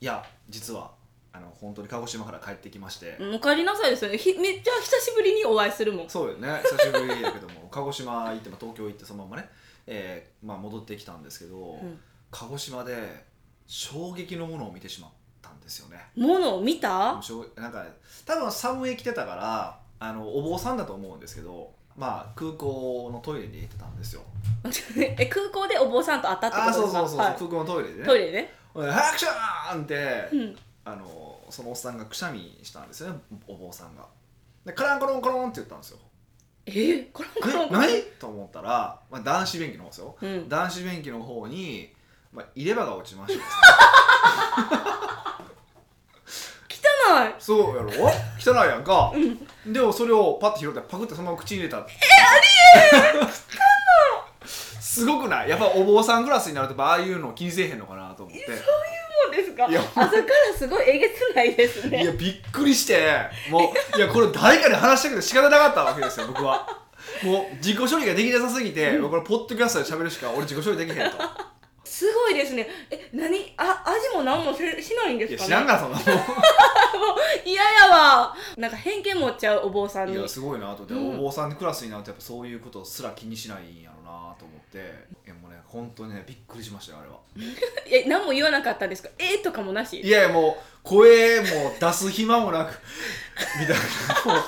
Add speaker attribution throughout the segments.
Speaker 1: いや実はあの本当に鹿児島から帰ってきまして、
Speaker 2: うんお帰りなさいですよねひめっちゃ久しぶりにお会いするもん
Speaker 1: そうよね久しぶりだけども 鹿児島行って、まあ、東京行ってそのままね、えーまあ、戻ってきたんですけど、
Speaker 2: うん
Speaker 1: 鹿児島で衝撃のものを見てしまったんですよね
Speaker 2: ものを見た
Speaker 1: しょうなんか多分寒い着てたからあのお坊さんだと思うんですけどまあ空港のトイレに行ってたんですよ
Speaker 2: え空港でお坊さんと会ったって
Speaker 1: ああ
Speaker 2: こと
Speaker 1: そう
Speaker 2: です
Speaker 1: そ
Speaker 2: か
Speaker 1: うそうそう、
Speaker 2: はい
Speaker 1: 空港のトイレでね
Speaker 2: トイレね、
Speaker 1: レアクションって、
Speaker 2: うん、
Speaker 1: あのそのおっさんがくしゃみしたんですよねお坊さんがでカランコロンコロンって言ったんですよ
Speaker 2: えコロンコロン
Speaker 1: え
Speaker 2: コロン
Speaker 1: 何と思ったら、まあ、男子便器の方ですよ
Speaker 2: うん、
Speaker 1: 男子便器の方に、まあ、入れ歯が落ちましたですね
Speaker 2: 汚い
Speaker 1: そうやろ汚いやんか、でもそれをパッと拾ってパクってそのまま口に入れたえありえ汚い すごくないやっぱお坊さんクラスになるとやっぱああいうの気にせえへんのかなと思って
Speaker 2: そうですか
Speaker 1: いや
Speaker 2: 朝からすごいえげつないです
Speaker 1: いや
Speaker 2: ね
Speaker 1: びっくりしてもういやこれ誰かに話したくて仕方なかったわけですよ僕はもう自己処理ができなさすぎて、これポッドキャストで喋るしか俺自己処理できへんと
Speaker 2: すごいですねえ何あ味も何もせしないんで
Speaker 1: い
Speaker 2: す
Speaker 1: や
Speaker 2: か
Speaker 1: 知
Speaker 2: ね
Speaker 1: らんがなそんなもん
Speaker 2: 嫌やわなんか偏見持っちゃうお坊さん
Speaker 1: い
Speaker 2: に
Speaker 1: やすごいなと思って、
Speaker 2: うん
Speaker 1: お坊さんのクラスになるとやっぱそういうことすら気にしないんやろうなと思っていやもうね本当にねびっくりしましたよあれは
Speaker 2: え何も言わなかったんですかえとかもなし
Speaker 1: いやいやもう声も出す暇もなくみたいなもう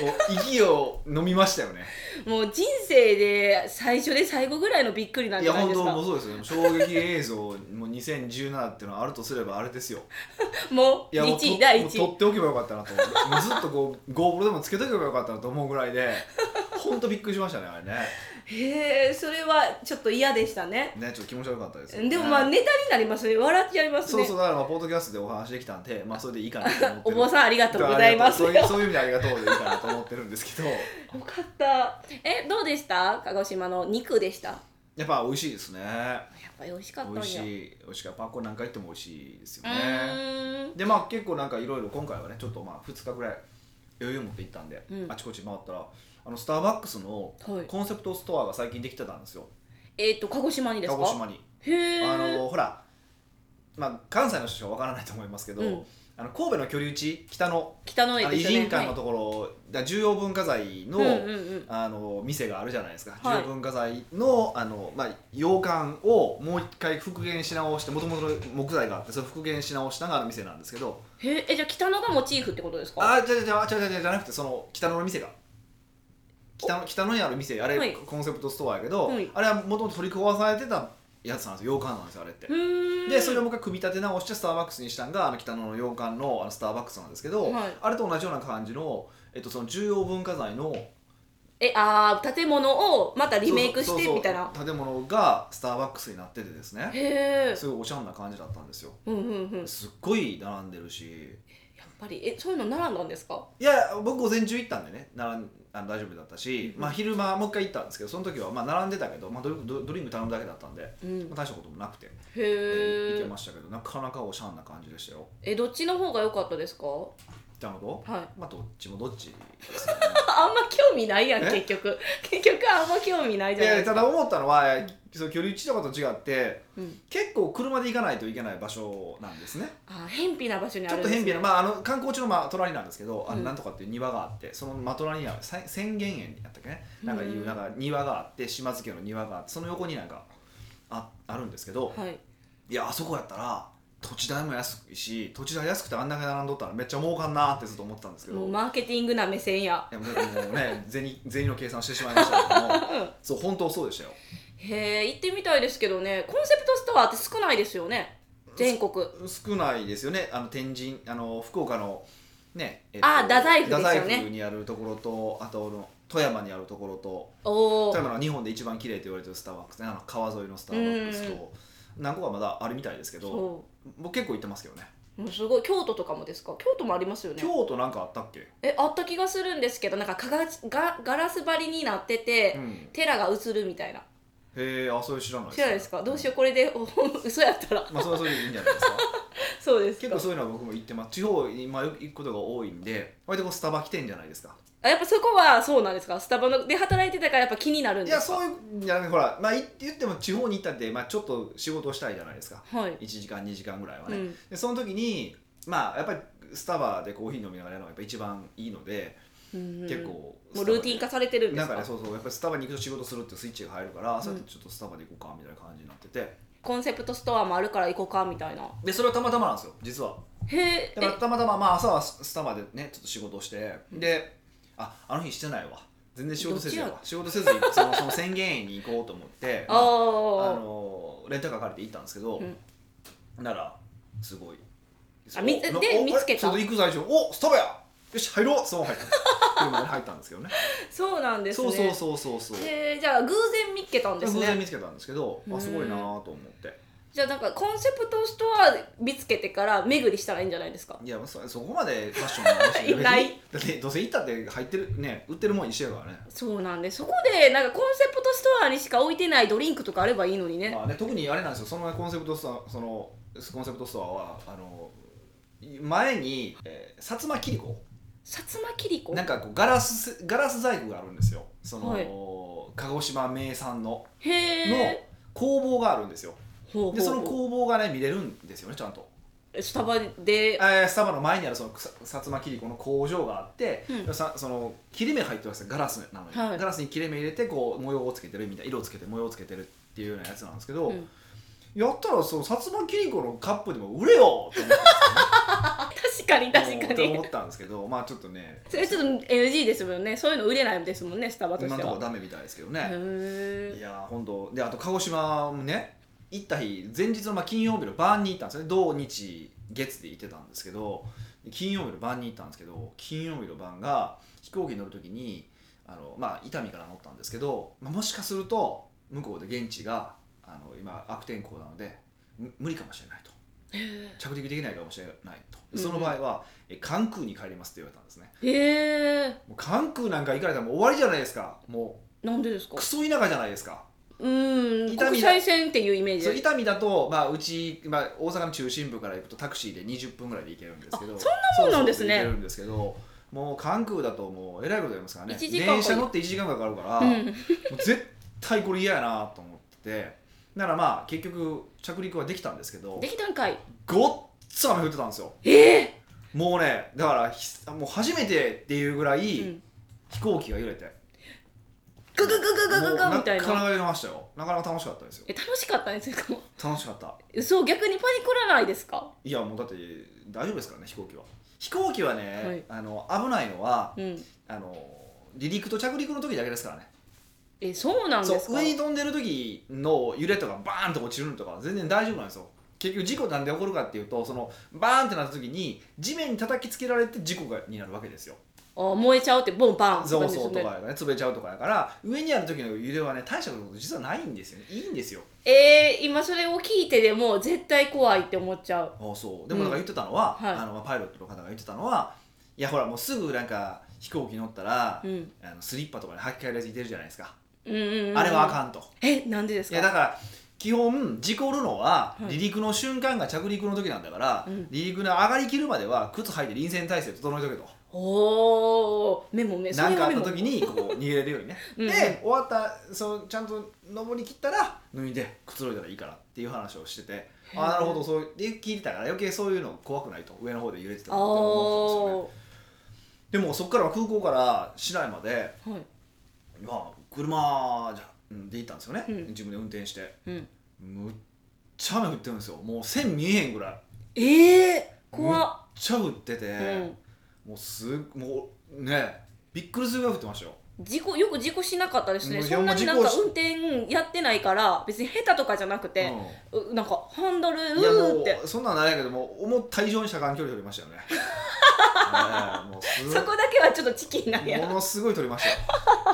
Speaker 1: もう息を飲みましたよね
Speaker 2: もう人生で最初で最後ぐらいのびっくりなん
Speaker 1: い
Speaker 2: じ
Speaker 1: や
Speaker 2: ゃな
Speaker 1: 本
Speaker 2: いで
Speaker 1: 当
Speaker 2: すか
Speaker 1: も
Speaker 2: も
Speaker 1: うそうですよね衝撃映像もう2017っていうのはあるとすればあれですよ
Speaker 2: う
Speaker 1: いやもう
Speaker 2: 1
Speaker 1: と
Speaker 2: 位第
Speaker 1: もう
Speaker 2: 1
Speaker 1: 取っておけばよかったなと思ってもうずっとこうゴーグルでもつけとけばよかったなと思うぐらいで本当びっくりしましたねあれね
Speaker 2: 位へえそれはちょっと嫌でしたね
Speaker 1: ねちょっと気持ち悪かったですよね
Speaker 2: でもまあネタになりますね笑っちゃいます
Speaker 1: そう
Speaker 2: ね
Speaker 1: そうだからまあポッドキャストでお話できたんでまあそれでいいかなと思って
Speaker 2: お
Speaker 1: る
Speaker 2: 坊さんありがとうございます
Speaker 1: そういうそういう意味でありがとうでいいかなと思ってるんです けど
Speaker 2: よかったえどうでした鹿児島の肉でしたや
Speaker 1: やっぱ美味しいですね
Speaker 2: っぱり美味しかったん
Speaker 1: 美
Speaker 2: や
Speaker 1: 味しい美味しいからパン粉何回行っても美味しいですよ
Speaker 2: う
Speaker 1: ね
Speaker 2: ーん
Speaker 1: でまあ結構なんかいろいろ今回はねちょっとまあ2日ぐらい余裕持って行ったんで、
Speaker 2: うん
Speaker 1: あちこち回ったらあのスターバックスの
Speaker 2: はい
Speaker 1: コンセプトストアが最近できてたんですよ
Speaker 2: えっ、と鹿児島にです
Speaker 1: 鹿
Speaker 2: か
Speaker 1: 児島に
Speaker 2: へえ
Speaker 1: あのほらまあ関西の人しかわからないと思いますけど、
Speaker 2: うん
Speaker 1: あの神戸の居留地北の
Speaker 2: 北の
Speaker 1: あ
Speaker 2: 駅
Speaker 1: の
Speaker 2: で
Speaker 1: 偉
Speaker 2: すよね
Speaker 1: 人館の
Speaker 2: は
Speaker 1: ところ、だ重要文化財の,、
Speaker 2: いうんうんうん
Speaker 1: あの店があるじゃないですか、
Speaker 2: はい
Speaker 1: 重要文化財のあの、まあ、洋館をもう一回復元し直してもともとの木材があってそれを復元し直しながらの店なんですけど
Speaker 2: へええじゃあ北野がモチーフってことですか
Speaker 1: ああじゃじゃじゃじゃじゃじゃなくてその北野の店が北野北野にある店あれ、
Speaker 2: はい
Speaker 1: コンセプトストアやけど、
Speaker 2: はい
Speaker 1: あれはもともと取り壊されてたやつなんですよ洋館なんですよあれって
Speaker 2: う。ーん
Speaker 1: でそれをもう一回組み立て直してスターバックスにしたんがあの北野の洋館のあのスターバックスなんですけど、
Speaker 2: はい
Speaker 1: あれと同じような感じの,、えっと、その重要文化財の
Speaker 2: えあー建物をまたリメイクしてみたいな
Speaker 1: そうそうそう建物がスターバックスになっててですね
Speaker 2: へえ
Speaker 1: すごいおしゃんな感じだったんですよ
Speaker 2: うんうんうんやっ
Speaker 1: すっごい並んでるし
Speaker 2: ぱりえそういうの並んだんですか
Speaker 1: いや僕午前中行ったんでね並んあの大丈夫だったし、
Speaker 2: うん
Speaker 1: まあ、昼間もう一回行ったんですけどその時はまあ並んでたけど、まあ、ドリドドリンク頼むだけだったんで、
Speaker 2: うん
Speaker 1: まあ、大したこともなくて、
Speaker 2: へ
Speaker 1: えー行け
Speaker 2: え
Speaker 1: ましたけどなかなかおしゃんな感じでしたよ
Speaker 2: えどっちの方が良かったですかは
Speaker 1: なるほ
Speaker 2: い
Speaker 1: ど
Speaker 2: あ
Speaker 1: まあどっちもどっちです
Speaker 2: あんま興味ないやん
Speaker 1: え
Speaker 2: 結局 結局あんま興味 ないじ
Speaker 1: ね
Speaker 2: ゃ
Speaker 1: い
Speaker 2: な
Speaker 1: や
Speaker 2: いです
Speaker 1: た
Speaker 2: か
Speaker 1: だ思ったのはその距離地とかと違って
Speaker 2: うん
Speaker 1: 結構車で行かないといけない場所なんですね
Speaker 2: あー偏僻な場所にあ
Speaker 1: ちょ
Speaker 2: る
Speaker 1: っ
Speaker 2: ん
Speaker 1: と
Speaker 2: ですね
Speaker 1: 変微な、まあ、あの観光地の、まあ、隣なんですけど、あ
Speaker 2: う
Speaker 1: の
Speaker 2: ん
Speaker 1: なんとかっていう庭があってそのまあ隣にはせん千元園だったっけねなんかいう、
Speaker 2: うん
Speaker 1: なんか庭があって島津家の庭があってその横になんかああるんですけど、
Speaker 2: はい
Speaker 1: い、やあそこやったら土地代も安いし土地代安くてあんだけ並んどったらめっちゃ儲かんなってずっと思ってたんですけど、
Speaker 2: もう
Speaker 1: い
Speaker 2: マーケティングな目線や
Speaker 1: やもうもうね銭 銭の計算をしてしまいましたけどもそう本当そうでしたよ
Speaker 2: へえ行ってみたいですけどねコンセプトストアって少ないですよね全国
Speaker 1: 少ないですよねあの天神あの福岡のね、えっ
Speaker 2: あ太宰府ですよね
Speaker 1: 太宰府にあるところとあとあの富山にあるところと
Speaker 2: おお
Speaker 1: 富山の日本で一番綺麗と言われてるスターバックスねあの川沿いのスターバックス
Speaker 2: うん
Speaker 1: と何個かまだあるみたいですけど
Speaker 2: そ
Speaker 1: 僕結構行ってますけどね
Speaker 2: うもうすごい京都とかもですか京都もありますよね
Speaker 1: 京都なんかあったっけ、
Speaker 2: えあった気がするんですけどなんかかがガガラス張りになってて、
Speaker 1: うん、
Speaker 2: 寺が映るみたいな
Speaker 1: へえあそれ知らない
Speaker 2: 知らないですかどうし
Speaker 1: う
Speaker 2: ようこれでお嘘やったら
Speaker 1: まあそれはそれでいいんじゃないですか
Speaker 2: そうです
Speaker 1: 結
Speaker 2: か
Speaker 1: 構そういうのは僕も行ってます地方に今行くことが多いんで割とこうスタバ来てんじゃないですか
Speaker 2: あやっぱそこはそうなんですかスタバので働いてたからやっぱ気になるん
Speaker 1: い
Speaker 2: で
Speaker 1: や
Speaker 2: すか
Speaker 1: そういうんじゃなくてほらまあい言っても地方に行ったって、まあ、ちょっと仕事をしたいじゃないですか
Speaker 2: はい、
Speaker 1: 1時間2時間ぐらいは
Speaker 2: う
Speaker 1: ね、
Speaker 2: ん、
Speaker 1: でその時にまあやっぱりスタバでコーヒー飲みながらやるのがやっぱ一番いいので、結構
Speaker 2: もうルーティン化されてるんで
Speaker 1: な
Speaker 2: す
Speaker 1: ん
Speaker 2: か
Speaker 1: かねそうそうやっぱりスタバに行くと仕事するってスイッチが入るから、そうやってちょっとスタバで行こうかみたいな感じになってて
Speaker 2: コンセプトストアもあるから行こうかみたいな
Speaker 1: でそれはたまたまなんですよ実は
Speaker 2: へえ
Speaker 1: だからたまたま、まあ、朝はススタバでねちょっと仕事をしてでああの日してないわ全然仕事せずや
Speaker 2: ど
Speaker 1: わ仕事せずそのその宣言に行こうと思って
Speaker 2: あ
Speaker 1: あ
Speaker 2: ー
Speaker 1: のレンタカー借りて行ったんですけど、ならすごい
Speaker 2: あみで
Speaker 1: お
Speaker 2: で
Speaker 1: お
Speaker 2: 見つけた
Speaker 1: ちょっと行く最初おスタバやよし入ろうそう入った車で入ったんですけどね
Speaker 2: そうなんですね
Speaker 1: そうそうそうそうそう
Speaker 2: へえじゃあ偶然見っけたんです
Speaker 1: 偶然見
Speaker 2: ね
Speaker 1: つけたんですけど、
Speaker 2: う
Speaker 1: あ
Speaker 2: ん
Speaker 1: すごいなと思って
Speaker 2: じゃあなんかコンセプトストア見つけてから巡りしたらいいんじゃないですか
Speaker 1: いやそそこまでファッションの話
Speaker 2: いない
Speaker 1: だってどうせ行ったって入ってるね売ってるもん一緒やからね
Speaker 2: そうなんでそこでなんかコンセプトストアにしか置いてないドリンクとかあればいいのにね
Speaker 1: まあね、特にあれなんですよそのコンセプトストアそのコンセプトストアはあの前に、えー、薩摩切子
Speaker 2: 薩摩切子
Speaker 1: なんかこうガラスガラス細工があるんですよその、
Speaker 2: はい
Speaker 1: 鹿児島名産の
Speaker 2: へ
Speaker 1: の
Speaker 2: え
Speaker 1: 工房があるんですよ
Speaker 2: ほうほう
Speaker 1: でその工房がね見れるんですよねちゃんと、
Speaker 2: スタバで
Speaker 1: えースタバの前にあるそのくさ薩摩切子の工場があって、
Speaker 2: うん
Speaker 1: さその切れ目入ってますよガラスなのに、
Speaker 2: はい
Speaker 1: ガラスに切れ目入れてこう模様をつけてるみたいな色をつけて模様をつけてるっていうようなやつなんですけど、
Speaker 2: うん
Speaker 1: やったらその薩摩切子のカップでも売れよって思った
Speaker 2: 確かに 確か
Speaker 1: って思
Speaker 2: に
Speaker 1: ったんですけどまあちょっとね
Speaker 2: それちょっと NG ですもんねそういうの売れないですもんねスタバと
Speaker 1: 今の
Speaker 2: して
Speaker 1: ところ
Speaker 2: は
Speaker 1: ダメみたいですけどね、
Speaker 2: へ
Speaker 1: い
Speaker 2: え
Speaker 1: やー本当であと鹿児島もね行った日前日のまあ金曜日の晩に行ったんですよね土日月で行ってたんですけど金曜日の晩に行ったんですけど金曜日の晩が飛行機に乗る時にあの、まあ、伊丹から乗ったんですけど、まあ、もしかすると向こうで現地があの今悪天候なのでむ無理かもしれないと着陸できないかもしれないとでその場合は、え関空に帰りますって言われたんですね
Speaker 2: へえ
Speaker 1: もう関空なんか行かれたらもう終わりじゃないですかも
Speaker 2: なんでです
Speaker 1: う
Speaker 2: か
Speaker 1: クソ田舎じゃないですか
Speaker 2: うん
Speaker 1: 痛みだ
Speaker 2: 国際線っていうイメージ
Speaker 1: そう
Speaker 2: で
Speaker 1: 伊丹だと、まあ、うち、まあ、大阪の中心部から行くとタクシーで20分ぐらいで行けるんですけど
Speaker 2: あそんなもんなんです
Speaker 1: そうそ
Speaker 2: ね
Speaker 1: う行けるんですけどもう関空だともうえらいことやりますからね
Speaker 2: 一時間か
Speaker 1: 電車乗って1時間かかるから、
Speaker 2: う
Speaker 1: もうん絶対これ嫌やなと思っててならまあ結局着陸はできたんですけど
Speaker 2: できたんかい
Speaker 1: ごっつ雨降ってたんですよ
Speaker 2: ええ
Speaker 1: もうねだからひもう初めてっていうぐらい、
Speaker 2: うん
Speaker 1: 飛行機が揺れて
Speaker 2: グググググググみたい
Speaker 1: もうかな
Speaker 2: な
Speaker 1: か揺れましたよなかなか楽しかったですよ
Speaker 2: え楽しかったんですか
Speaker 1: 楽しかった
Speaker 2: 嘘逆にパニクらないですか
Speaker 1: いやもうだって大丈夫ですからね飛行機は飛行機はね、
Speaker 2: はい
Speaker 1: あの危ないのは
Speaker 2: うん
Speaker 1: あの離陸と着陸の時だけですからね
Speaker 2: えそうなん
Speaker 1: そ
Speaker 2: で
Speaker 1: う
Speaker 2: すか
Speaker 1: 上に飛んでる時の揺れとかバーンと落ちるのとか全然大丈夫なんですよ結局事故なんで起こるかっていうとそのバーンってなった時に地面に叩きつけられて事故がになるわけですよ
Speaker 2: あ燃えちゃうってボンバン
Speaker 1: そうそ
Speaker 2: そう
Speaker 1: とかね潰れちゃうとかだから上にある時の揺れはね大したこと実はないんですよねいいんですよ
Speaker 2: えー、今それを聞いてでも絶対怖いって思っちゃう
Speaker 1: あそうでもなんか言ってたのは、
Speaker 2: うんはい
Speaker 1: あのまあパイロットの方が言ってたのはいやほらもうすぐなんか飛行機乗ったら、
Speaker 2: うん
Speaker 1: あのスリッパとかに履き替えられていてるじゃないですか、
Speaker 2: うんうん、うん、
Speaker 1: あれはあかんと
Speaker 2: えなんでです
Speaker 1: い
Speaker 2: か
Speaker 1: やだから基本事故るのは
Speaker 2: はい
Speaker 1: 離陸の瞬間が着陸の時なんだから、
Speaker 2: うん
Speaker 1: 離陸の上がりきるまでは靴履いて臨戦態勢整えとけと
Speaker 2: おおメモメ
Speaker 1: 何かあ
Speaker 2: は
Speaker 1: っ
Speaker 2: メ
Speaker 1: た
Speaker 2: モ
Speaker 1: 時にこう逃げれるようにね
Speaker 2: うんうん
Speaker 1: で終わったそうちゃんと登りきったら脱いでくつろいだらいいからっていう話をしててああなるほどそうで聞いてたから余計そういうの怖くないと上の方で揺れてた
Speaker 2: あ
Speaker 1: って思うんですよね
Speaker 2: ー
Speaker 1: でもそっからは空港から市内まで
Speaker 2: はい
Speaker 1: まあ車じゃうんで行ったんですよね、
Speaker 2: うん
Speaker 1: 自分で運転して
Speaker 2: うん
Speaker 1: むっちゃ雨降ってるんですよもう線見えへんぐらい
Speaker 2: ええー、
Speaker 1: むっ
Speaker 2: 怖っ
Speaker 1: ちゃ降ってて、
Speaker 2: うん
Speaker 1: もうすぐもうねびっくりするぐらい降ってましたよ
Speaker 2: 事故よく事故しなかったです
Speaker 1: う
Speaker 2: ね
Speaker 1: ん
Speaker 2: そんなになん
Speaker 1: いや
Speaker 2: か
Speaker 1: もう
Speaker 2: 運転やってないから別に下手とかじゃなくて、うなんかハンドルう
Speaker 1: うんいや
Speaker 2: ー
Speaker 1: も
Speaker 2: って
Speaker 1: うそんなんないけどもう思った以上に車間距離取りましたよね ねえもうす
Speaker 2: そこだけはちょっとチキンなんや
Speaker 1: ものすごい取りま したよ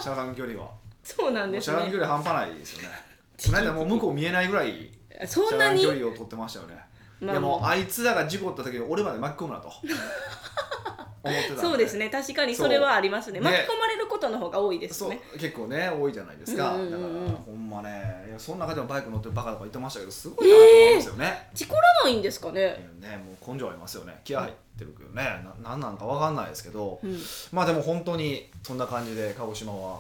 Speaker 1: 車間距離は
Speaker 2: そうなん
Speaker 1: も
Speaker 2: で
Speaker 1: う
Speaker 2: す
Speaker 1: 車間
Speaker 2: ね
Speaker 1: 距離半端ないですよねこの間もう向こう見えないぐらい
Speaker 2: そ
Speaker 1: 車
Speaker 2: んな
Speaker 1: 間
Speaker 2: に
Speaker 1: 距離を取ってましたよね、
Speaker 2: まあ
Speaker 1: いやもうあいつらが事故った時に俺まで巻き込むなと思ってたん
Speaker 2: そうですね確かにそれはあります
Speaker 1: ね
Speaker 2: ね巻き込まれるこ事の方が多いです
Speaker 1: そう
Speaker 2: ね
Speaker 1: 結構ね多いじゃないですか、
Speaker 2: うんうんうん
Speaker 1: だからほんまねいやその中でもバイク乗ってるバカとか言ってましたけどすごいなと思うんですよね,、
Speaker 2: 事故らないんですかね、
Speaker 1: ねもう根性ありますよね気合入ってるけどねななんなんかわかんないですけど
Speaker 2: うん、終
Speaker 1: まあでも本当にそんな感じで鹿児島は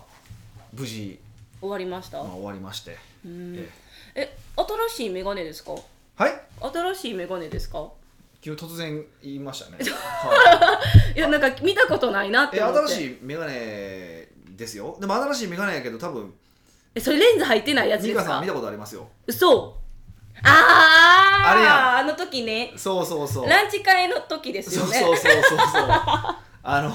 Speaker 1: 無事、
Speaker 2: わりました、
Speaker 1: まあ、終わりまして、
Speaker 2: うん
Speaker 1: ええ
Speaker 2: え新しいメガネですか
Speaker 1: はい
Speaker 2: 新しいメガネですか
Speaker 1: 急に突然言いました ね、はい
Speaker 2: やなんか見たことないなっ
Speaker 1: い、え
Speaker 2: て思って
Speaker 1: 新しいメガネですよでも新しいメガネやけど多分
Speaker 2: えそれレンズ入ってないやつ
Speaker 1: 美
Speaker 2: です
Speaker 1: 香さん
Speaker 2: か
Speaker 1: 見たことありますよ
Speaker 2: 嘘あー
Speaker 1: あれや
Speaker 2: あの時ね
Speaker 1: そうそうそう
Speaker 2: ランチ会の時です
Speaker 1: そ
Speaker 2: よ
Speaker 1: う
Speaker 2: ね
Speaker 1: そうそうそう そうあの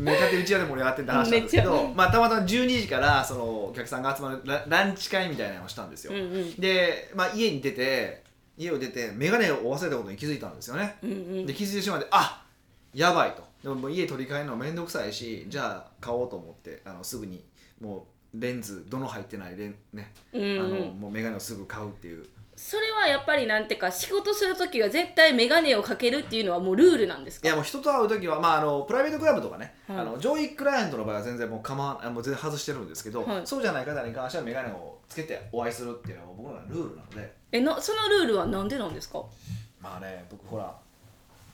Speaker 1: めかてうちわで盛り上がってた話なんですけ
Speaker 2: めっち
Speaker 1: ど
Speaker 2: ゃ、
Speaker 1: まあ、たまたま12時からそのお客さんが集まるラランチ会みたいなのをしたんですよ、
Speaker 2: うんうん
Speaker 1: で、まあ、家に出て家を出て眼鏡を忘れたことに気づいたんですよね
Speaker 2: うんうん
Speaker 1: で気づいてしまってあやばいとでももう家取り替えるの面倒くさいしじゃあ買おうと思ってあのすぐにもうレンズどの入ってないレンね、
Speaker 2: うん
Speaker 1: あ
Speaker 2: う
Speaker 1: の
Speaker 2: ん
Speaker 1: もう眼鏡をすぐ買うっていう
Speaker 2: それはやっぱりなんていうか仕事する時は絶対眼鏡をかけるっていうのはもうルールなんです
Speaker 1: いや
Speaker 2: か
Speaker 1: もう人と会う時は、まあ、あのプライベートクラブとかね、
Speaker 2: はい
Speaker 1: あの上位クライアントの場合は全然もう構わないもう全然外してるんですけど、
Speaker 2: はい
Speaker 1: そうじゃない方に関しては眼鏡をつけてお会いするっていうのは僕らのルールなので
Speaker 2: えなそのルールはなんでなんですか
Speaker 1: まあね僕ほら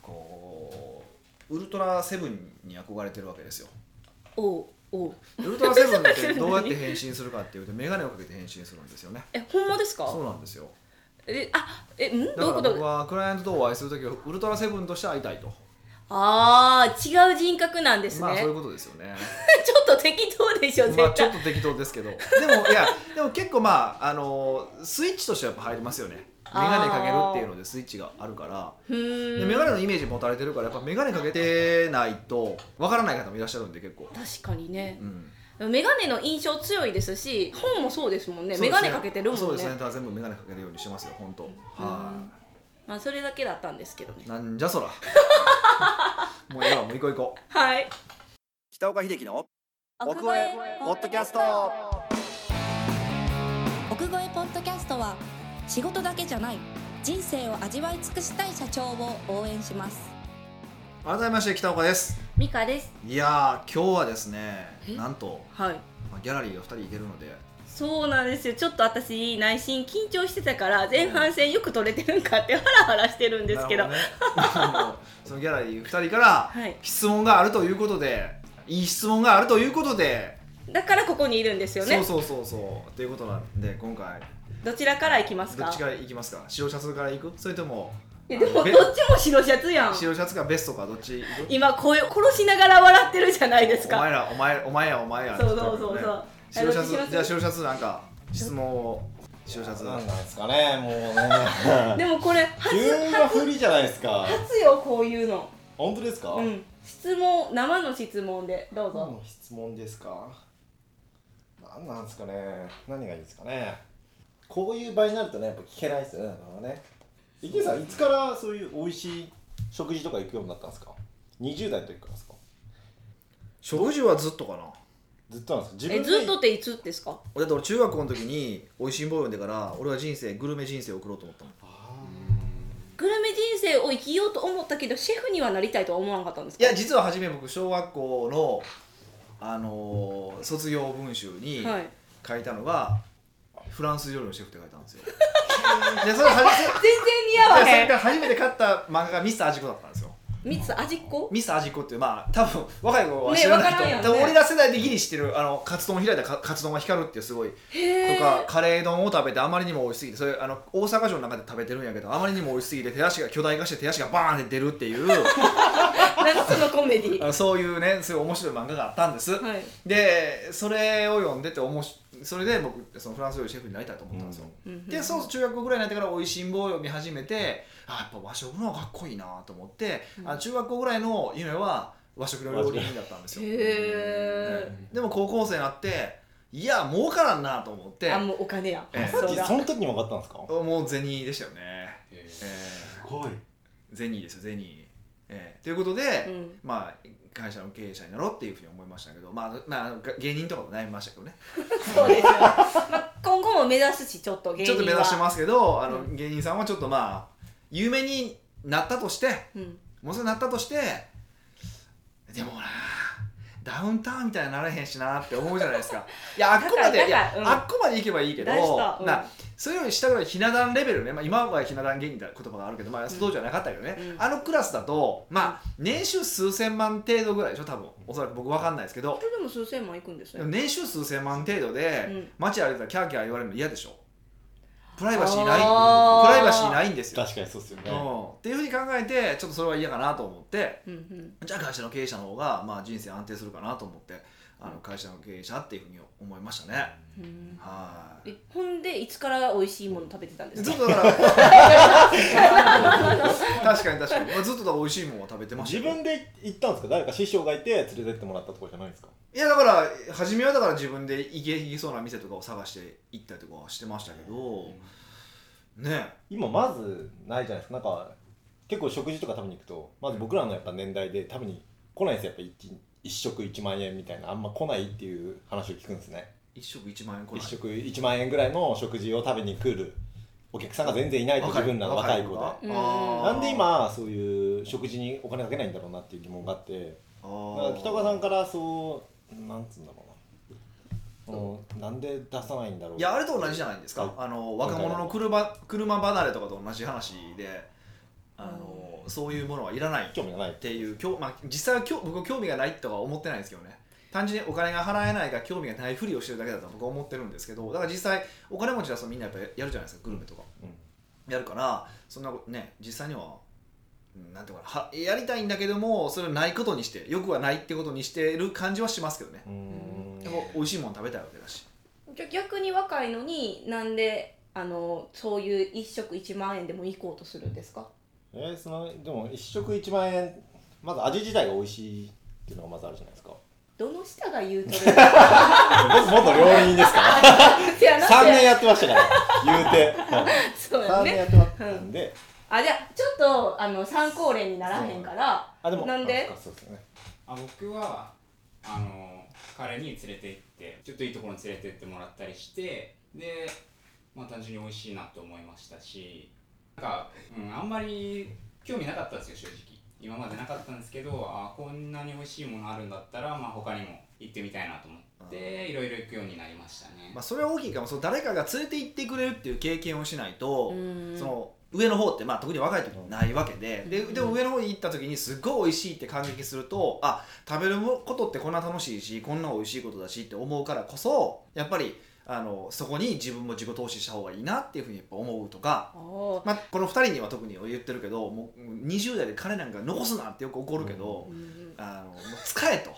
Speaker 1: こうウルトラセブンに憧れてるわけですよ
Speaker 2: おうおう
Speaker 1: ウルトラセブンってどうやって変身するかっていうと眼鏡をかけて変身するんですよね
Speaker 2: えほんまですか
Speaker 1: そうなんですよ
Speaker 2: えあえん
Speaker 1: だ
Speaker 2: どうい
Speaker 1: から
Speaker 2: うこ
Speaker 1: 僕
Speaker 2: と
Speaker 1: はクライアントとお会いする時はウルトラセブンとして会いたいと、
Speaker 2: ああ違う人格なんですね、
Speaker 1: まあそういうことですよね
Speaker 2: ちょっと適当でしょ絶対、
Speaker 1: まあちょっと適当ですけどでもいやでも結構まああのスイッチとしてはやっぱ入りますよね眼鏡かけるっていうのでスイッチがあるから
Speaker 2: うー
Speaker 1: で
Speaker 2: ん
Speaker 1: 眼鏡のイメージ持たれてるからやっぱ眼鏡かけてないとわからない方もいらっしゃるんで結構、
Speaker 2: 確かにね
Speaker 1: うん、
Speaker 2: 眼鏡の印象強いですし本もそうですもんね
Speaker 1: そうです
Speaker 2: 眼鏡かけてるもんね
Speaker 1: そうですねだから全部眼鏡かけるようにしてますよ本当はい
Speaker 2: まあそれだけだったんですけどね
Speaker 1: なんじゃ そらもうええわもう行こう行こう
Speaker 2: はい
Speaker 1: 北岡秀樹の
Speaker 3: 奥越えポッドキャスト
Speaker 4: 奥越えポッドキャストは仕事だけじゃない人生を味わい尽くしたい社長を応援します
Speaker 1: 改めまして北岡です
Speaker 2: ミカです
Speaker 1: いやー今日はですね
Speaker 2: え
Speaker 1: なんと
Speaker 2: はい
Speaker 1: まあギャラリーが2人いけるので
Speaker 2: そうなんですよちょっと私内心緊張してたから前半戦よく撮れてるんかってハラハラしてるんですけど
Speaker 1: なるほどね あのそのギャラリー2人から
Speaker 2: はい
Speaker 1: 質問があるということでいい質問があるということで、
Speaker 2: だからここにいるんですよね
Speaker 1: そうそうそうそうということなんで今回
Speaker 2: どちらから行きます
Speaker 1: ど
Speaker 2: か
Speaker 1: っちからいきますか白シャツからいくそれとも
Speaker 2: いやでも
Speaker 1: あの
Speaker 2: ど
Speaker 1: べ
Speaker 2: っちも白シャツやん
Speaker 1: 白シャツかベストかどっちいく
Speaker 2: 今声を殺しながら笑ってるじゃないです
Speaker 1: お前
Speaker 2: から
Speaker 1: お前お前やお前や
Speaker 2: そうそうそう
Speaker 1: ね
Speaker 2: そう
Speaker 1: 白シ
Speaker 2: あどっちしま
Speaker 1: ャ
Speaker 2: す
Speaker 1: ツじゃあ白シャツなんか質問を白シャツ
Speaker 3: なんなんですかねもうね
Speaker 2: でもこれ初
Speaker 3: 急な振りじゃないですか
Speaker 2: 初よこういうの
Speaker 3: 本当ですか、
Speaker 2: うん質問生の質問でどう
Speaker 3: 何
Speaker 2: ぞ
Speaker 3: の質問ですか何なんですかね何がいいですかねこういう場になるとねやっぱ聞けないですよねなかなかね池江さんいつからそういう美味しい食事とか行くようになったんですか20代の時からですか
Speaker 1: 食事はずっとかな
Speaker 3: ずっとなんですか自
Speaker 2: え
Speaker 3: 分で
Speaker 2: ずっとっていつですか
Speaker 1: だって俺中学校の時に「おいしんぼ」読んでから俺は人生グルメ人生を送ろうと思ったの
Speaker 3: あ
Speaker 2: グルメ人生を生きようと思ったけどシェフにはなりたいとは思わなかったんです
Speaker 1: い
Speaker 2: か
Speaker 1: や実は初め僕小学校の、あのー卒業文集に
Speaker 2: はい
Speaker 1: 書いたのが、フランス料理のシェフって書いたん ですよでそれはじ
Speaker 2: 全然似合わ
Speaker 1: でそ
Speaker 2: へ
Speaker 1: れ
Speaker 2: ん
Speaker 1: から初めて買った漫画がミス味子だったんですよ
Speaker 2: 三つ味っ子
Speaker 1: ミス味子っていうまあ多分若い子は知らない
Speaker 2: ね
Speaker 1: と、思う
Speaker 2: わからんよね
Speaker 1: 多分俺ら世代でギリ知ってるあのカツ丼を開いたかカツ丼が光るっていうすごい
Speaker 2: へえ
Speaker 1: とかカレー丼を食べてあまりにも美味しすぎてそれあの大阪城の中で食べてるんやけどあまりにも美味しすぎて手足が巨大化して手足がバーンって出るっていう
Speaker 2: なんかそのコメデ ィ
Speaker 1: あのそういうねすごい面白い漫画があったんです、
Speaker 2: はい
Speaker 1: でそれを読んでておもしそれで僕そのフランス料理シェフになりたいと思ったんですよ、でそう中学校ぐらいになってから「おいしんぼ」を読み始めてあやっぱ和食の方がかっこいいなと思って、あの中学校ぐらいの夢は和食の料理人だったんですよ、
Speaker 2: へ
Speaker 1: ねでも高校生になっていや儲からんなと思って
Speaker 2: えあもうお金や
Speaker 1: ええ
Speaker 2: そうだ
Speaker 3: その時に分かったんですか
Speaker 1: もう銭でしたよね、え
Speaker 3: す
Speaker 1: え
Speaker 3: ごい
Speaker 1: 銭ですよ銭、ええということで、
Speaker 2: うん
Speaker 1: まあ会社の経営者になろうっていうふうに思いましたけど、まあ、まあ芸人とかも悩みましたけどね
Speaker 2: そうですよまあ今後も目指すしちょっと芸
Speaker 1: ち
Speaker 2: 人
Speaker 1: ょっ
Speaker 2: は
Speaker 1: と目指してますけどあの、
Speaker 2: う
Speaker 1: 芸人さんはちょっとまあ有名になったとして
Speaker 2: うん
Speaker 1: もうそれなったとしてでもなダウンタウンみたいになれへんしなって思うじゃない ですかいやあっこまで
Speaker 2: だから
Speaker 1: いや、
Speaker 2: だからうん
Speaker 1: あっこまで行けばいいけど、
Speaker 2: 大したうん
Speaker 1: なそういうより下ぐらいひな壇レベルね、まあ、今はひな壇芸人って言葉があるけど、まあ、当時はなかったけどね、
Speaker 2: うん
Speaker 1: あのクラスだとまあ年収数千万程度ぐらいでしょ多分おそらく僕わかんないですけど
Speaker 2: それでも数千万いくんです
Speaker 1: で
Speaker 2: よ
Speaker 1: も年収数千万程度で、
Speaker 2: うん
Speaker 1: 街歩いたらキャーキャー言われるの嫌でしょプライバシーないプ
Speaker 2: あー
Speaker 1: ライバシーないんですよ、
Speaker 3: 確かにそうですよ
Speaker 1: うん、
Speaker 3: ね。
Speaker 1: っていうふうに考えてちょっとそれは嫌かなと思って
Speaker 2: うんうん
Speaker 1: じゃあ会社の経営者の方がまあ人生安定するかなと思ってあの会社の経営者っていうふうに思いましたね、
Speaker 2: うん
Speaker 1: はい
Speaker 2: えほんでいつから美味しいもの食べてたんです
Speaker 1: ず
Speaker 2: か
Speaker 1: っとだ から確かに確かに、まあ、ずっとだから美味しいものを食べてました
Speaker 3: 自
Speaker 1: よ
Speaker 3: 分で行ったんですか誰か師匠がいて連れてってもらったところじゃないんですか
Speaker 1: いやだから初めはだから自分で行け行けそうな店とかを探して行ったりとかはしてましたけどね
Speaker 3: 今まずないじゃないですかなんか結構食事とか食べに行くとまず僕らのやっぱ年代で食べに来ないんですよやっぱ一一食1万円みたいなあんま来ないっていう話を聞くんですね
Speaker 1: 一食1万円こ
Speaker 3: 一食1万円ぐらいの食事を食べに来るお客さんが全然いないと自分らの若い子で
Speaker 2: で
Speaker 3: なんで今そういう食事にお金かけないんだろうなっていう疑問があってだから北岡さんからそうなんつうんだろうなうんなんで出さないんだろう
Speaker 1: いやあれと同じじゃないですか、
Speaker 3: はい
Speaker 1: あの若者の車車離れとかと同じ話であの、そういうものはいらない
Speaker 3: 興味がない
Speaker 1: っていうきょ、まあ、実際はきょ僕は興味がないとは思ってないんですけどね単純にお金が払えないから興味がないふりをしてるだけだと僕は思ってるんですけどだから実際お金持ちだとみんなやっぱやるじゃないですかグルメとか
Speaker 3: うん
Speaker 1: やるからそんなことね実際にはうんなんていうのかなはやりたいんだけどもそれをないことにしてよくはないってことにしてる感じはしますけどね
Speaker 3: うーん
Speaker 1: でも美味しいもの食べたいわけだし
Speaker 2: じゃ逆に若いのになんであのそういう一食一万円でも行こうとするんですか
Speaker 3: えーそのでも一食1万円まず味自体が美味しいっていうのがまずあるじゃないですか
Speaker 2: どの下が言うとるんで すか
Speaker 3: 僕元料理人ですから
Speaker 2: せやな
Speaker 3: 3
Speaker 2: せ
Speaker 3: 年
Speaker 2: や
Speaker 3: やってましたから言うて
Speaker 2: そうや
Speaker 3: 3年
Speaker 2: ね
Speaker 3: やってましたんで、
Speaker 2: あじゃあちょっとあの参考例にならへんから
Speaker 3: あでも
Speaker 2: なんで
Speaker 3: あそうですよね
Speaker 5: あ僕はあの彼に連れて行ってちょっといいところに連れて行ってもらったりしてで、まあ、単純に美味しいなと思いましたしなんか、うん、あんまり興味なかったんですよ正直今までなかったんですけどあこんなに美味しいものあるんだったら、まあ、他にも行ってみたいなと思っていろいろ行くようになりましたね、
Speaker 1: まあ、それは大きいかもその誰かが連れて行ってくれるっていう経験をしないと、
Speaker 2: うん
Speaker 1: その上の方って、まあ、特に若い時にないわけで、ででも上の方に行った時にすっごい美味しいって感激するとあ食べることってこんな楽しいしこんな美味しいことだしって思うからこそやっぱりあのそこに自分も自己投資した方がいいなっていうふうにやっぱ思うとか、
Speaker 2: おー
Speaker 1: まあ、この2人には特に言ってるけどもう20代で金なんか残すなってよく怒るけど、
Speaker 2: うん
Speaker 1: あのもう使えと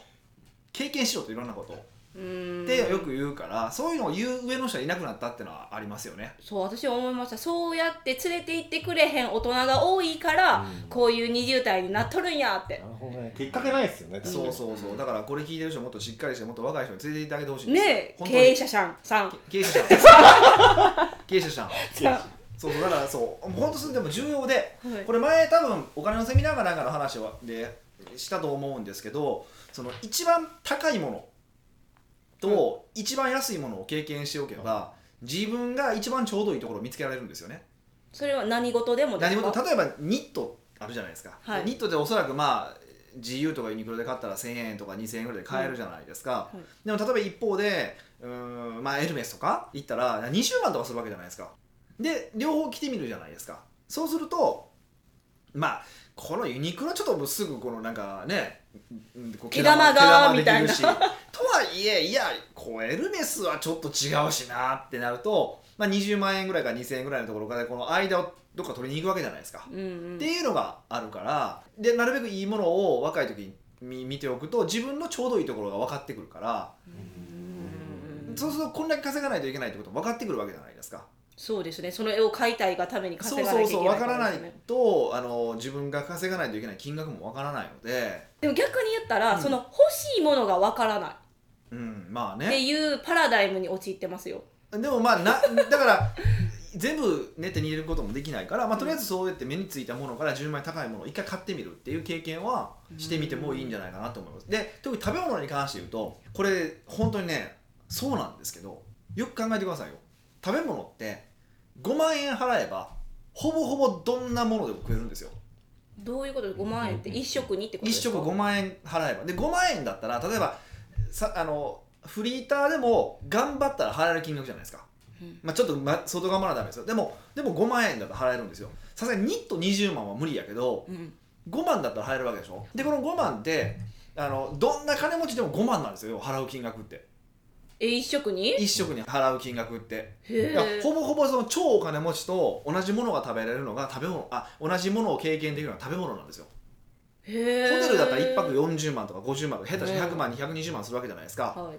Speaker 1: 経験しろといろんなことを。
Speaker 2: うん
Speaker 1: ってよく言うから、そういうのを言う上の人はいなくなったっていうのはありますよね。
Speaker 2: そう私は思いましたそうやって連れて行ってくれへん大人が多いから、
Speaker 3: うん
Speaker 2: こういう20代になっとるんやって
Speaker 3: なるほどねきっかけないですよね確か
Speaker 1: そ
Speaker 3: に
Speaker 1: うそうそうだからこれ聞いてる人もっとしっかりしてもっと若い人に連れて行ってあげてほしいんですよ
Speaker 2: ねえ
Speaker 1: 本
Speaker 2: 経
Speaker 1: 当に
Speaker 2: 営者さんさん
Speaker 1: 経営者さん経営者さん
Speaker 3: いや
Speaker 1: そうそうだからそう本当それでも重要で
Speaker 2: はい
Speaker 1: これ前多分お金のセミナーかなんかの話はでしたと思うんですけどその一番高いものと一番安いものを経験しておけば自分が一番ちょうどいいところを見つけられるんですよね。
Speaker 2: それは何事でもです
Speaker 1: 何
Speaker 2: か
Speaker 1: 事例えばニットあるじゃないですか、
Speaker 2: はい
Speaker 1: ニットっておそらくまあ GU とかユニクロで買ったら1000円とか2000円ぐらいで買えるじゃないですか、
Speaker 2: うんはい
Speaker 1: でも例えば一方でうーん、まあ、エルメスとか行ったら20万とかするわけじゃないですかで両方着てみるじゃないですかそうするとまあこのユニクロちょっともうすぐこのなんかねうんこう
Speaker 2: 毛玉が
Speaker 1: 毛玉できるし
Speaker 2: みた
Speaker 1: とはいえいやこうエルメスはちょっと違うしなってなると、まあ、20万円ぐらいから2000円ぐらいのところからこの間をどっか取りに行くわけじゃないですか、
Speaker 2: うんうん
Speaker 1: っていうのがあるからでなるべくいいものを若い時に見見ておくと自分のちょうどいいところが分かってくるから、
Speaker 2: うん
Speaker 1: そうするとこんだけ稼がないといけないってことも分かってくるわけじゃないですか。
Speaker 2: そうですねその絵を描いたいがために
Speaker 1: そ
Speaker 2: 稼
Speaker 1: う
Speaker 2: がなき
Speaker 1: そ
Speaker 2: ゃ
Speaker 1: う
Speaker 2: い
Speaker 1: そ
Speaker 2: け
Speaker 1: う
Speaker 2: ない
Speaker 1: 分からない
Speaker 2: ですね
Speaker 1: とあの自分が稼がないといけない金額も分からないので、
Speaker 2: でも逆に言ったら、
Speaker 1: うん
Speaker 2: その欲しいものがわからない
Speaker 1: うん、まあね。
Speaker 2: っていうパラダイムに陥ってますよ
Speaker 1: でもまあなだから全部、ね、手に入れることもできないから、まあ、とりあえずそうやって目についたものから10万円高いものを一回買ってみるっていう経験はしてみてもいいんじゃないかなと思います。で特に食べ物に関して言うとこれ本当にねそうなんですけどよく考えてくださいよ食べ物って5万円払えばほぼほぼどんなものでも食えるんですよ。
Speaker 2: どういうこと5万円って1食にってことで
Speaker 1: 一
Speaker 2: すか
Speaker 1: 食5万円払えばで5万円だったら例えばさあのフリーターでも頑張ったら払える金額じゃないですか、
Speaker 2: うん
Speaker 1: まあ、ちょっと、ま、相当頑張らないとダメですよでもでも5万円だったら払えるんですよさすがに2と20万は無理やけど
Speaker 2: うん
Speaker 1: 5万だったら払えるわけでしょでこの5万ってあのどんな金持ちでも5万なんですよ払う金額って
Speaker 2: え1食にへ
Speaker 1: 一食に払う金額っていや
Speaker 2: え
Speaker 1: ほぼほぼその超お金持ちと同じものが食べれるのが食べ物あ同じものを経験できるのは食べ物なんですよ
Speaker 2: ホ
Speaker 1: ホテルだったら1泊
Speaker 2: よ
Speaker 1: 40万とか50万とか下手したら100万220万するわけじゃないですか
Speaker 2: はい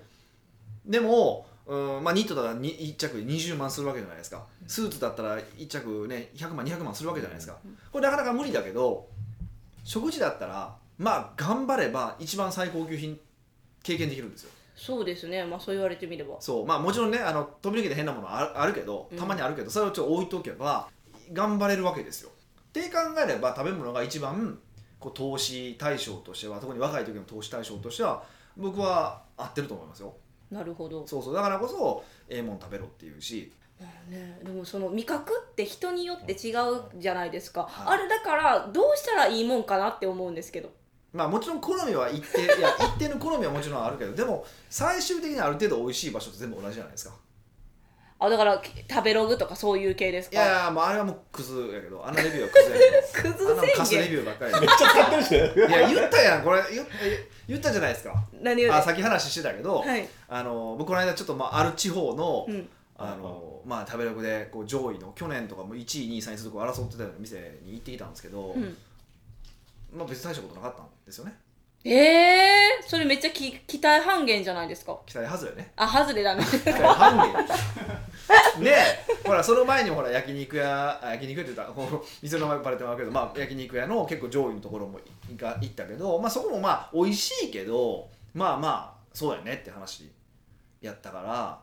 Speaker 1: でもうんまあニットだったら1着で20万するわけじゃないですかスーツだったら1着ね100万200万するわけじゃないですかこれなかなか無理だけど食事だったらまあ頑張れば一番最高級品経験できるんですよ
Speaker 2: そうですねまあそう言われてみれば
Speaker 1: そうまあもちろんねあの飛び抜けて変なものあるあるけど
Speaker 2: うん
Speaker 1: たまにあるけど、それをちょっと置いとけば頑張れるわけですよ。って考えれば食べ物が一番こう投資対象としては特に若い時の投資対象としては僕は合ってると思いますよ。
Speaker 2: なるほど
Speaker 1: そうそうだからこそええもん食べろっていうし
Speaker 2: ね、でもその味覚って人によって違うじゃないですか、
Speaker 1: はい
Speaker 2: あれだからどうしたらいいもんかなって思うんですけど
Speaker 1: まあもちろん好みは一 定いや一定の好みはもちろんあるけどでも最終的にある程度美味しい場所って全部同じじゃないですか。
Speaker 2: あだから食べログとかそういう系です
Speaker 1: い
Speaker 2: か
Speaker 1: やいやもうあれはもうクズやけどあのレビューはクズやけ
Speaker 2: クズ
Speaker 1: どあのカスレ
Speaker 2: 宣
Speaker 1: ビュ
Speaker 2: 言
Speaker 1: ーばっかりやけ
Speaker 3: めっちゃ使ってるしね
Speaker 1: どいや言ったやんこれ言った言ったじゃないですか。
Speaker 2: 何よ
Speaker 1: あ先話してたけど、
Speaker 2: はい
Speaker 1: あの僕この間ちょっと、まあ、ある地方の,、
Speaker 2: うん
Speaker 1: あのまあ、食べログでこう上位の去年とかも1位2位3位するとこ争ってたような店に行ってきたんですけど、
Speaker 2: うん、
Speaker 1: まあ、別に大したことなかったんですよね
Speaker 2: えー、それめっちゃき期待半減じゃないですか
Speaker 1: 期待外れね
Speaker 2: あ外れだね
Speaker 1: 期待半減ねえほらその前にもほら焼肉屋あ焼肉屋って言ったらこう店の名前バレてもらうけど、まあ、焼肉屋の結構上位のところもいが行ったけど、まあ、そこもまあ美味しいけどまあまあそうやねって話やったから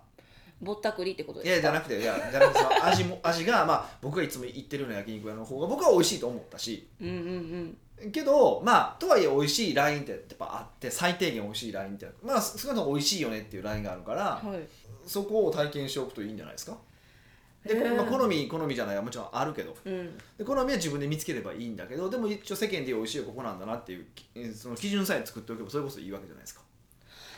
Speaker 2: ぼったくりってこと
Speaker 1: い
Speaker 2: で
Speaker 1: や
Speaker 2: す
Speaker 1: じゃ
Speaker 2: か
Speaker 1: なくていやじゃなくてその味も味がまあ僕がいつも行ってるような焼肉屋の方が僕は美味しいと思ったし
Speaker 2: うんうんうん
Speaker 1: けどまあとはいえ美味しいラインってやっぱあって最低限美味しいラインってまあ少なくとも美味しいよねっていうラインがあるから
Speaker 2: はい
Speaker 1: そこを体験しておくといいんじゃないですかで、
Speaker 2: へー
Speaker 1: まあ、好み好みじゃないはもちろんあるけど
Speaker 2: うん
Speaker 1: で好みは自分で見つければいいんだけどでも一応世間で美味しいはここなんだなっていうきその基準さえ作っておけばそれこそいいわけじゃないですか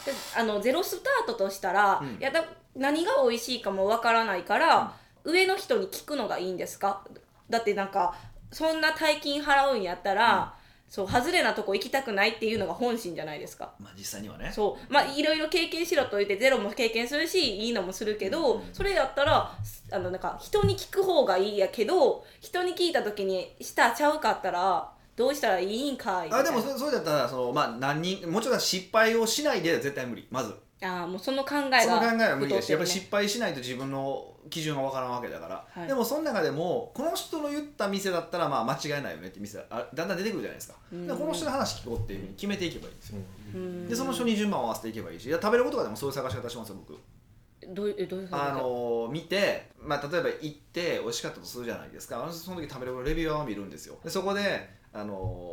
Speaker 2: であのゼロスタートとしたら、
Speaker 1: うん
Speaker 2: いやだ何が美味しいかもわからないから、上の人に聞くのがいいんですかだってなんかそんな大金払うんやったら、そう外れなとこ行きたくないっていうのが本心じゃないですか
Speaker 1: まあ実際にはね
Speaker 2: そうまあいろいろ経験しろと言ってゼロも経験するしいいのもするけど、
Speaker 1: うん
Speaker 2: それやったらあのなんか人に聞く方がいいやけど人に聞いた時にしたちゃうかったらどうしたらいいんかいみた
Speaker 1: あ
Speaker 2: い
Speaker 1: で
Speaker 2: な
Speaker 1: もそそれだったらその、まあ、何人もちろん失敗をしないで絶対無理まず
Speaker 2: あーもうその考えが
Speaker 1: その考えは無理だし、やっぱり
Speaker 2: 太てるね
Speaker 1: 失敗しないと自分の基準がわからんわけだから、
Speaker 2: はい
Speaker 1: でもその中でもこの人の言った店だったらまあ間違いないよねって店だあだんだん出てくるじゃないですか,、
Speaker 2: うん
Speaker 1: この人の話聞こうっていうふうに決めていけばいいんですよ、
Speaker 2: うん
Speaker 1: でその人に順番を合わせていけばいいしいや食べることかでもそういう探し方しますよ僕、
Speaker 2: どういうどういうこと
Speaker 1: あのー見て、まあ、例えば行って美味しかったとするじゃないですかあのその時食べるレビューを見るんですよでそこで、あのー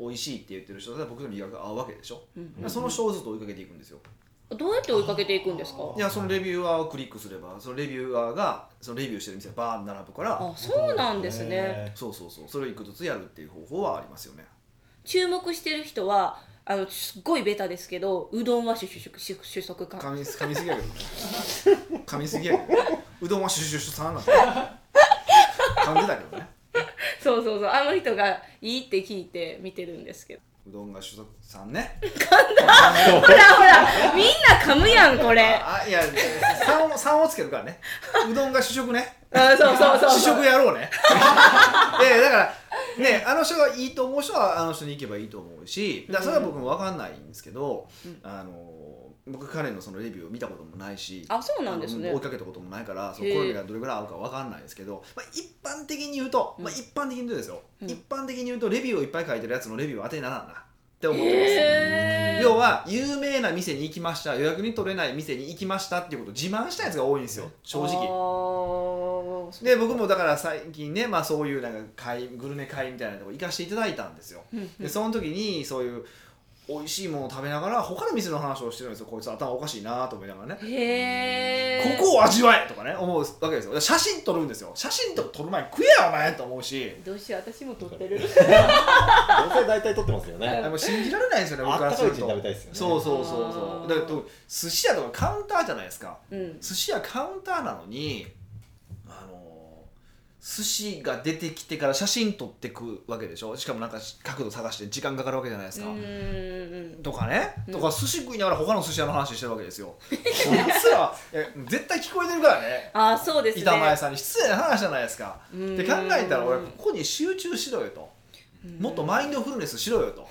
Speaker 1: 美味しいって言ってる人だったら僕の味覚が合うわけでしょ、
Speaker 2: うん
Speaker 1: その人をずっと追いかけていくんですよ
Speaker 2: どうやって追いかけていくんですか
Speaker 1: いやそのレビューアーをクリックすればそのレビューアーがそのレビューしてる店がバーン並ぶから
Speaker 2: あそうなんですね
Speaker 3: へ
Speaker 1: そうそうそうそれをいくつやるっていう方法はありますよね
Speaker 2: 注目してる人はあのすっごいベタですけどうどんは主食主主食か
Speaker 1: 噛み噛みすぎやけど ね噛みすぎやけどねうどんはシュシュシュシュさんなんだ噛んでたけどね
Speaker 2: そうそうそうあの人がいいって聞いて見てるんですけど
Speaker 1: うどんが主食さんね
Speaker 2: ほらほらみんな噛むやんこれ
Speaker 1: あいや3を三をつけるから ねうどんが主食ね
Speaker 2: あそうそうそう
Speaker 1: 試食やろうね ええだからねあの人がいいと思う人はあの人に行けばいいと思うしだからそれは僕も分かんないんですけど、
Speaker 2: うん
Speaker 1: あの僕彼のそのレビューを見たこともないし
Speaker 2: あそうなんです
Speaker 1: あ
Speaker 2: ね
Speaker 1: の追いかけたこともないからその
Speaker 2: へえ
Speaker 1: 好みがどれぐらい合うか分かんないですけど、まあ、一般的に言うと、まあ、
Speaker 2: うん
Speaker 1: 一般的に言うとですよ、
Speaker 2: うん
Speaker 1: 一般的に言うとレビューをいっぱい書いてるやつのレビューは当てにならんなって思ってます、
Speaker 2: へー
Speaker 1: 要は有名な店に行きました予約に取れない店に行きましたっていうことを自慢したやつが多いんですよ正直。
Speaker 2: 直
Speaker 1: で僕もだから最近ね、まあ、そういうなんか会グルメ会みたいなとこ行かせていただいたんですよ、でその時にそういう美味しいものを食べながら他の店の話をしてるんですよこいつ頭おかしいなと思いながらね
Speaker 2: へえ
Speaker 1: ここを味わえとかね思うわけですよ写真撮るんですよ写真とか撮る前に食えやお前と思うし
Speaker 2: どうしよう私も撮っ てる
Speaker 3: 女性大体撮ってますよね
Speaker 1: でも信じられないですよね僕からすると
Speaker 3: あったかいうちに食べたいですよね
Speaker 1: そうそうそう
Speaker 2: あ
Speaker 1: そう
Speaker 2: ー
Speaker 1: だから寿司屋とかカウンターじゃないですか
Speaker 2: うん
Speaker 1: 寿司屋カウンターなのにあのー寿司が出てきてから写真撮ってくわけでしょしかもなんか角度探して時間かかるわけじゃないです
Speaker 2: う
Speaker 1: か、
Speaker 2: ん
Speaker 1: とかね、
Speaker 2: うん
Speaker 1: とか寿司食いながら他の寿司屋の話してるわけです よこいつらえ絶対聞こえてるからね
Speaker 2: ああそうですね
Speaker 1: 板前さんに失礼な話じゃないですか
Speaker 2: うん
Speaker 1: って考えたら俺ここに集中しろよと
Speaker 2: うん
Speaker 1: もっとマインドフルネスしろよ と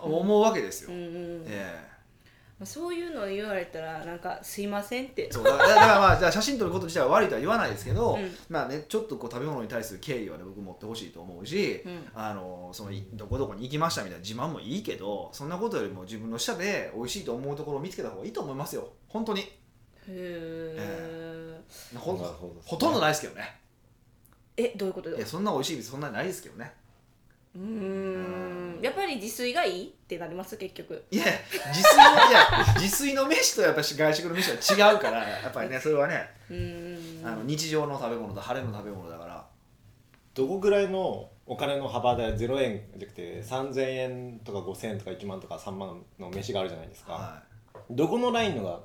Speaker 1: 思うわけですよ、
Speaker 2: うんうん
Speaker 1: ええ
Speaker 2: そういうの言われたらなんか「すいません」って
Speaker 1: そうだだからまあじゃあ写真撮ること自体は悪いとは言わないですけど、
Speaker 2: うん
Speaker 1: まあねちょっとこう食べ物に対する敬意はね僕持ってほしいと思うし、
Speaker 2: うん
Speaker 1: あのそのいどこどこに行きましたみたいな自慢もいいけどそんなことよりも自分の舌で美味しいと思うところを見つけた方がいいと思いますよ本当に
Speaker 2: へー
Speaker 1: ほん
Speaker 3: なるほどですね
Speaker 1: ほとんどないですけどね
Speaker 2: えどういうこと
Speaker 1: いや
Speaker 2: だ
Speaker 1: そんな美味しい店そんなにないですけどね
Speaker 2: うーんやっぱり自炊がいいってなります結局
Speaker 1: いやいや自炊のいや自炊の飯とやっぱし外食の飯は違うからやっぱりねそれはね、
Speaker 2: うーん
Speaker 1: あの日常の食べ物と晴れの食べ物だから
Speaker 3: どこぐらいのお金の幅で0円じゃなくて3000円とか5000円とか1万とか3万の飯があるじゃないですか、
Speaker 1: は
Speaker 3: どこのラインのが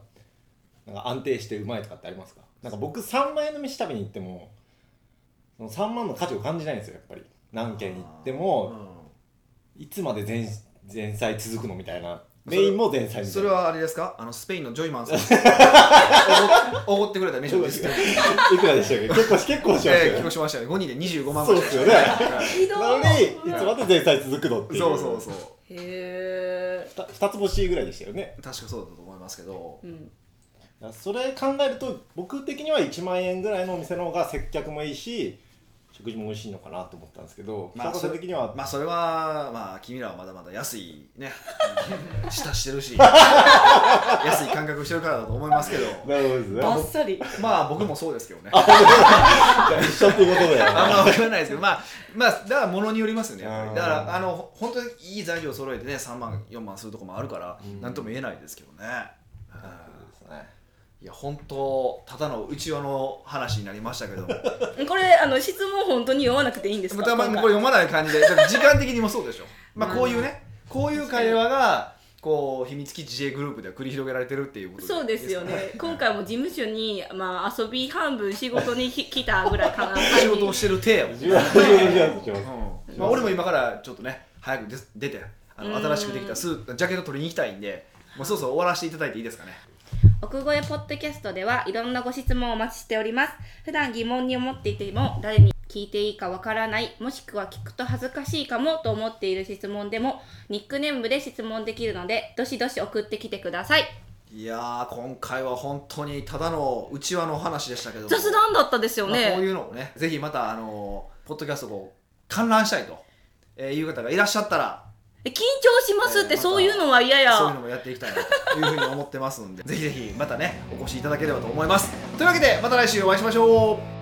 Speaker 3: なんか安定してうまいとかってありますかなんか僕3万円の飯食べに行ってもその3万の価値を感じないんですよやっぱり何
Speaker 1: い
Speaker 3: 軒行って
Speaker 1: う
Speaker 3: も
Speaker 1: ん
Speaker 3: いつまで前前菜続くのみたいなメインも前菜みたいな
Speaker 1: それはあれですかあのスペインのジョイ マンさんおごおごって くれた飯をですね、
Speaker 3: いくらでしたっけ結構し結構しました
Speaker 1: ええ、聞
Speaker 3: よ
Speaker 1: こ
Speaker 3: ね
Speaker 1: しましたよね5人で25万
Speaker 3: そう
Speaker 1: ぐ
Speaker 3: で
Speaker 1: らい
Speaker 3: すよね
Speaker 2: ひど
Speaker 3: なのにい
Speaker 2: い
Speaker 3: つまで前菜続くのっていう
Speaker 1: そうそうそう
Speaker 2: へえ
Speaker 3: ふた二つ星ぐらいでしたよね
Speaker 1: 確かそうだと思いますけど
Speaker 2: うん
Speaker 3: それ考えると僕的には1万円ぐらいのお店の方が接客もいいし食事も美味しいのかなと思ったんですけど
Speaker 1: まあ
Speaker 3: 北川さん的には、
Speaker 1: まあそれはまあ君らはまだまだ安い ね舌してるし安い感覚してるからだと思いますけど
Speaker 3: なるほどですね
Speaker 2: あっさり
Speaker 1: まあ僕もそうですけどね
Speaker 3: 一緒っていうことだよ
Speaker 1: あん
Speaker 3: ね
Speaker 1: ま分からないですけど、まあ、まあ、だからものによりますよね、やっぱ
Speaker 3: うん
Speaker 1: り。だから、あの、ほ本当にいい材料揃えてね、3万、4万するとこもあるから
Speaker 3: う、ん
Speaker 1: なんとも言えないですけどね。うん
Speaker 3: ですね
Speaker 1: いや、本当、ただの内輪の話になりましたけ ども。
Speaker 2: これあの質問本当に読まなくていいんですか
Speaker 1: たまに
Speaker 2: 今
Speaker 1: こ
Speaker 2: 回
Speaker 1: れ読まない感じで、だって時間的にもそうでしょ。まあ、
Speaker 2: うん
Speaker 1: こういうね、こういう会話が、こう、秘密基地 J グループでは繰り広げられてるっていうこと
Speaker 2: そうですよ
Speaker 1: か
Speaker 2: ね今回も事務所に、まあ、遊び半分仕事にひ来たぐらいかな
Speaker 1: 仕事をしてる体を。
Speaker 3: 自分は自分は
Speaker 1: うんまあ、俺も今からちょっとね早く出出てあの
Speaker 2: うん
Speaker 1: 新しくできたスージャケット取りに行きたいんでもうそろそろ終わらせていただいていいですかね
Speaker 2: 奥越えポッドキャストではいろんなご質問をお待ちしております普段疑問に思っていても誰に聞いていいかわからないもしくは聞くと恥ずかしいかもと思っている質問でもニックネームで質問できるのでどしどし送ってきてください
Speaker 1: いやー今回は本当にただのうちわのお話でしたけども
Speaker 2: 雑談だったですよ
Speaker 1: まあ、こう
Speaker 2: ね、
Speaker 1: いうのをねぜひまたあのーポッドキャストを観覧したいと、えーいう方がいらっしゃったら
Speaker 2: え緊張しますって、
Speaker 1: えーまた
Speaker 2: そういうのは嫌や
Speaker 1: そういうのもやっていきたいなというふうに思ってますんでぜひぜひまたねお越しいただければと思いますというわけでまた来週お会いしましょう